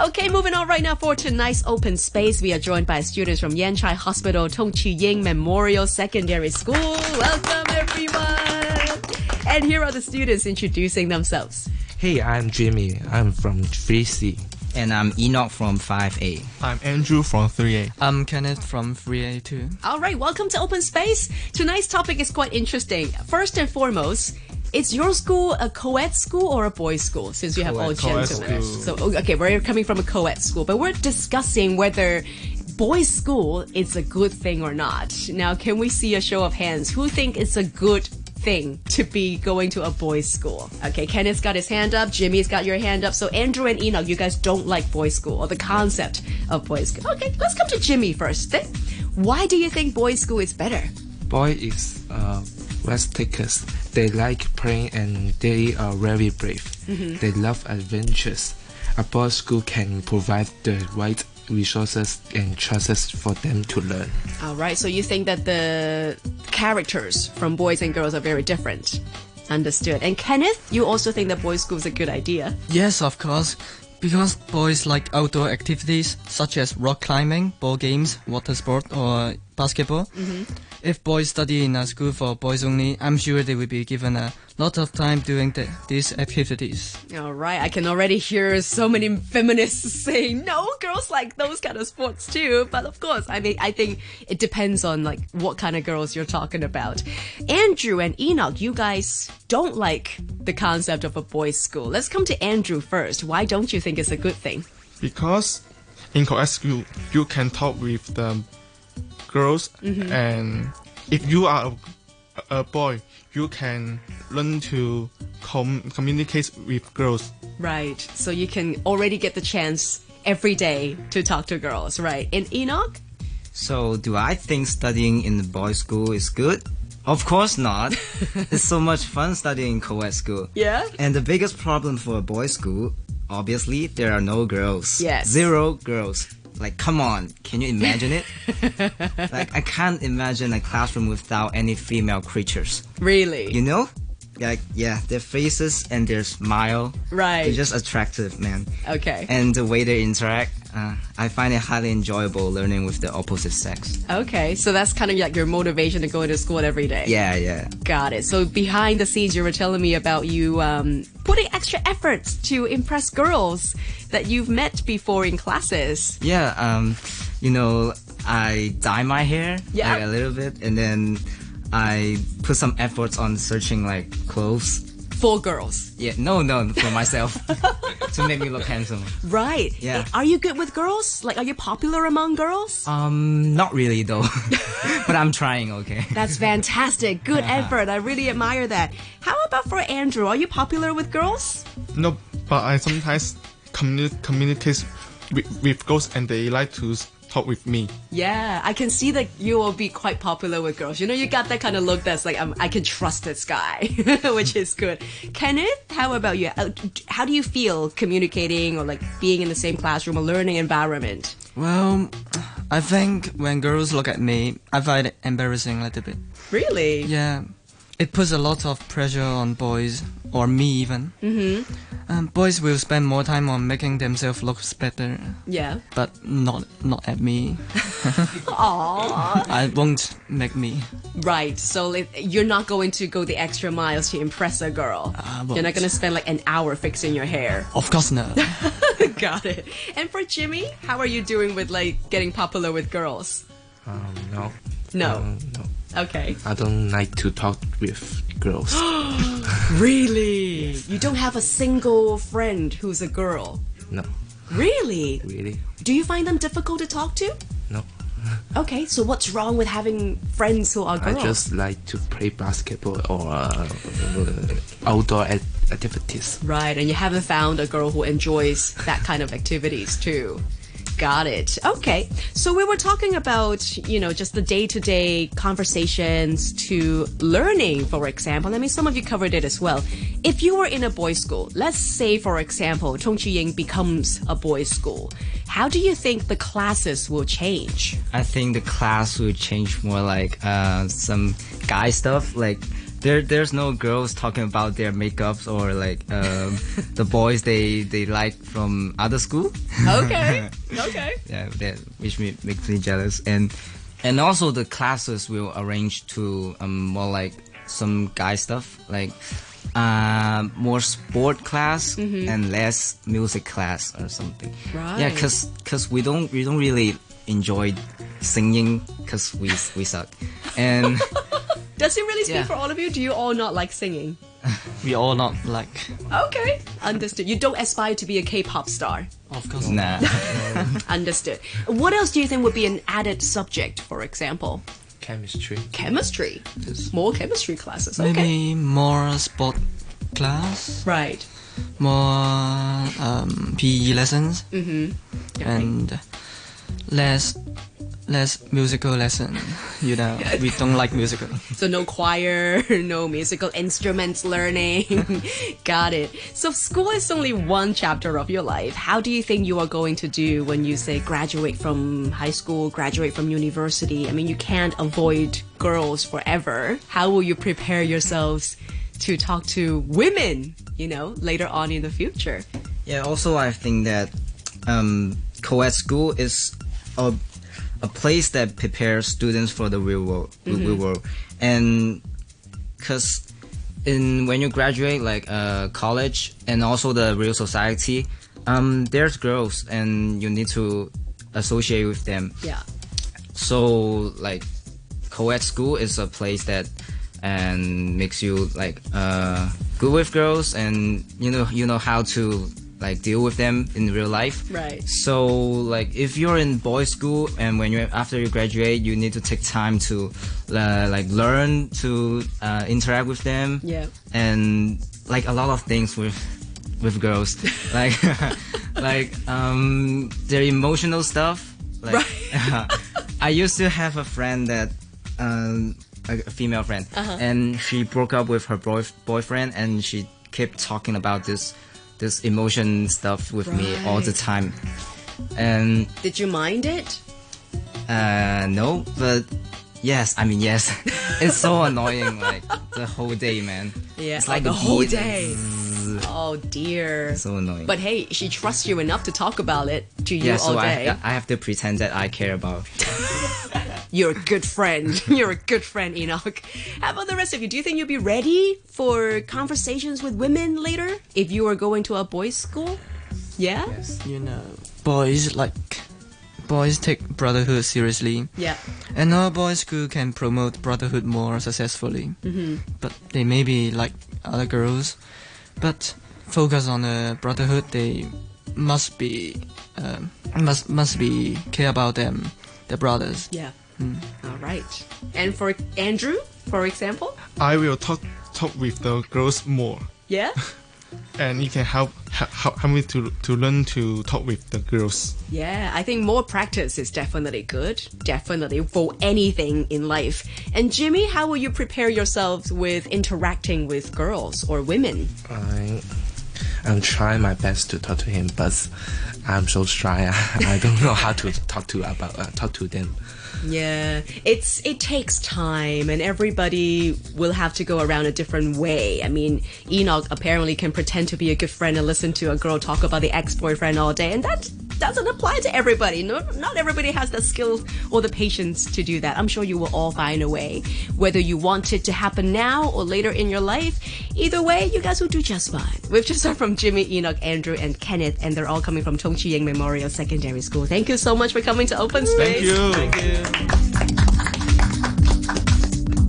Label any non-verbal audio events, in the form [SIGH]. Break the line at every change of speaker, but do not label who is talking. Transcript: Okay, moving on right now for tonight's open space. We are joined by students from Yan Chai Hospital Tong Chi Ying Memorial Secondary School. Welcome, everyone. And here are the students introducing themselves.
Hey, I'm Jimmy. I'm from 3C.
And I'm Enoch from 5A.
I'm Andrew from 3A.
I'm Kenneth from 3A2.
All right, welcome to Open Space. Tonight's topic is quite interesting. First and foremost, is your school a co-ed school or a boys' school? Since you have all gentlemen, so oh, okay, we're coming from a co-ed school, but we're discussing whether boys' school is a good thing or not. Now, can we see a show of hands? Who think it's a good thing to be going to a boys' school? Okay, Kenneth's got his hand up. Jimmy's got your hand up. So Andrew and Enoch, you guys don't like boys' school or the concept of boys' school. Okay, let's come to Jimmy first. Then, why do you think boys' school is better?
Boy is uh, West Takers. They like playing and they are very brave. They love adventures. A boys' school can provide the right resources and chances for them to learn.
All right, so you think that the characters from boys and girls are very different. Understood. And Kenneth, you also think that boys' school is a good idea.
Yes, of course. Because boys like outdoor activities such as rock climbing, ball games, water sport, or basketball.
Mm-hmm.
If boys study in a school for boys only, I'm sure they will be given a lot of time doing the, these activities.
All right, I can already hear so many feminists [LAUGHS] saying no, girls like those kind of sports too. But of course, I mean, I think it depends on like what kind of girls you're talking about. Andrew and Enoch, you guys don't like the concept of a boys' school. Let's come to Andrew first. Why don't you think it's a good thing?
Because in co school, you can talk with the girls, and if you are a, a boy, you can learn to com- communicate with girls.
Right. So you can already get the chance every day to talk to girls, right? And Enoch?
So, do I think studying in the boys' school is good? Of
[LAUGHS]
course not. it's so much fun studying in co ed school.
Yeah?
And the biggest problem for a boys' school, obviously, there are no girls.
Yes.
Zero girls. Like, come on, can you
[LAUGHS]
imagine it? like, I can't imagine a classroom without any female creatures.
Really?
You know? Like, yeah, their faces and their smile.
Right.
They're just attractive, man.
okay.
And the way they interact, uh, I find it highly enjoyable learning with the opposite sex.
okay. So that's kind of like your motivation to go into school every day.
Yeah, yeah.
Got it. So behind the scenes, you were telling me about you um, putting extra efforts to impress girls that you've met before in classes.
Yeah, um, you know, I dye my hair
Yeah.
like, a little bit, and then I put some efforts on searching like clothes.
For girls.
Yeah, no, no, for myself to make me look handsome.
Right.
Yeah.
Are you good with girls? Like, are you popular among girls?
Um, not really though, [LAUGHS] but I'm trying. Okay.
That's fantastic.
[LAUGHS]
Good effort. I really admire that. How about for Andrew? Are you popular with girls?
No, but I sometimes communi- communicate with, with girls, and they like to s- talk with me.
Yeah, I can see that you will be quite popular with girls. You know, you got that kind of look that's like, um, I can trust this guy, [LAUGHS] which is good. Kenneth, how about you? Uh, d- How do you feel communicating or like being in the same classroom or learning environment?
Well, I think when girls look at me, I find it embarrassing a little bit.
Really?
Yeah, it puts a lot of pressure on boys, or me even. Mm-hmm. Um, boys will spend more time on making themselves look better,
Yeah.
but not not at me.
Aww.
[LAUGHS] I won't make me.
Right. So if, you're not going to go the extra miles to impress a girl.
won't.
you're not going to spend like an hour fixing your hair. [LAUGHS]
Of course not.
Got it. And for Jimmy, how are you doing with like getting popular with girls?
Um, no.
No.
Um, no.
Okay.
I don't like to talk with girls.
Really? You don't have a single friend who's a girl.
no,
Really?
really.
Do you find them difficult to talk to?
No.
Okay, so what's wrong with having friends who are
I
girls?
just like to play basketball or uh, outdoor ac- activities.
Right, and you haven't found a girl who enjoys that kind of activities too. Got it. Okay. So we were talking about, you know, just the day to day conversations to learning, for example. I mean, some of you covered it as well. If you were in a boys' school, let's say, for example, Chongqing becomes a boys' school, how do you think the classes will change?
I think the class will change more like uh, some guy stuff, like there there's no girls talking about their makeups or like um, the boys they they like from other school.
Okay. okay.
Yeah, uh, that which me, makes me jealous. And and also the classes will arrange to um, more like some guy stuff like um, more sport class and less music class or something.
Right.
Yeah, cause 'cause we don't we don't really enjoy singing because we we suck and. [LAUGHS]
Does it really speak
Yeah.
for all of you? Do you all not like singing?
We all not like,
Okay. Understood. You don't aspire to be a K-pop star.
of course.
Nah.
Understood. What else do you think would be an added subject, for example?
Chemistry.
Chemistry. More chemistry classes. Okay.
Maybe more sport class,
Right.
more um, PE lessons, and less less musical lesson. [LAUGHS] You know, we don't like musical.
So no choir, [LAUGHS] no musical instruments learning. [LAUGHS] Got it. So school is only one chapter of your life. How do you think you are going to do when you say graduate from high school, graduate from university? I mean, you can't avoid girls forever. How will you prepare yourselves to talk to women, you know, later on in the future?
Yeah, also I think that um, co-ed school is a, a place that prepares students for the real world, the real world, and because in when you graduate like uh, college and also the real society, um, there's girls and you need to associate with them.
Yeah.
So like co-ed school is a place that and makes you like uh good with girls and you know you know how to like deal with them in real life.
Right.
So like if you're in boys school and when you after you graduate you need to take time to uh, like learn to uh, interact with them.
Yeah.
And like a lot of things with with girls.
[LAUGHS]
like [LAUGHS] like um their emotional stuff. Like [LAUGHS] I used to have a friend that, um, a a female friend,
Uh-huh.
and she broke up with her boy- boyfriend, and she kept talking about this, this emotion stuff with me all the time, and
Did you mind it?
uh, no, but yes, I mean yes, [LAUGHS] it's so annoying, like the whole day, man.
Yeah.
it's like
the
a
whole
beat.
day. Oh dear.
So annoying.
But hey, she trusts you enough to talk about it to you
yeah,
all
so
day.
I, I have to pretend that I care about.
You're a good friend. [LAUGHS] You're a good friend, Enoch. How about the rest of you? Do you think you'll be ready for conversations with women later if you are going to a boys' school? Yeah?
You know, boys like boys take brotherhood seriously.
Yeah.
And our boys' school can promote brotherhood more successfully. But they may be like other girls. But focus on the brotherhood. They must be um, must must be care about them, their brothers.
Yeah.
Hmm.
All right. And for Andrew, for example?
I will talk talk with the girls more,
Yeah?
and it can help help, help me to to learn to talk with the girls.
Yeah, I think more practice is definitely good. Definitely for anything in life. And Jimmy, how will you prepare yourselves with interacting with girls or women?
I, I'm trying my best to talk to him, but I'm so shy. [LAUGHS] I, I don't know how to talk to about uh, talk to them.
Yeah, it's it takes time, and everybody will have to go around a different way. I mean, Enoch apparently can pretend to be a good friend and listen to a girl talk about the ex-boyfriend all day, and that doesn't apply to everybody. No, not everybody has the skill or the patience to do that. I'm sure you will all find a way, whether you want it to happen now or later in your life. Either way, you guys will do just fine. We've just heard from Jimmy, Enoch, Andrew, and Kenneth, and they're all coming from Chongqing Memorial Secondary School. Thank you so much for coming to Open Space.
Thank you.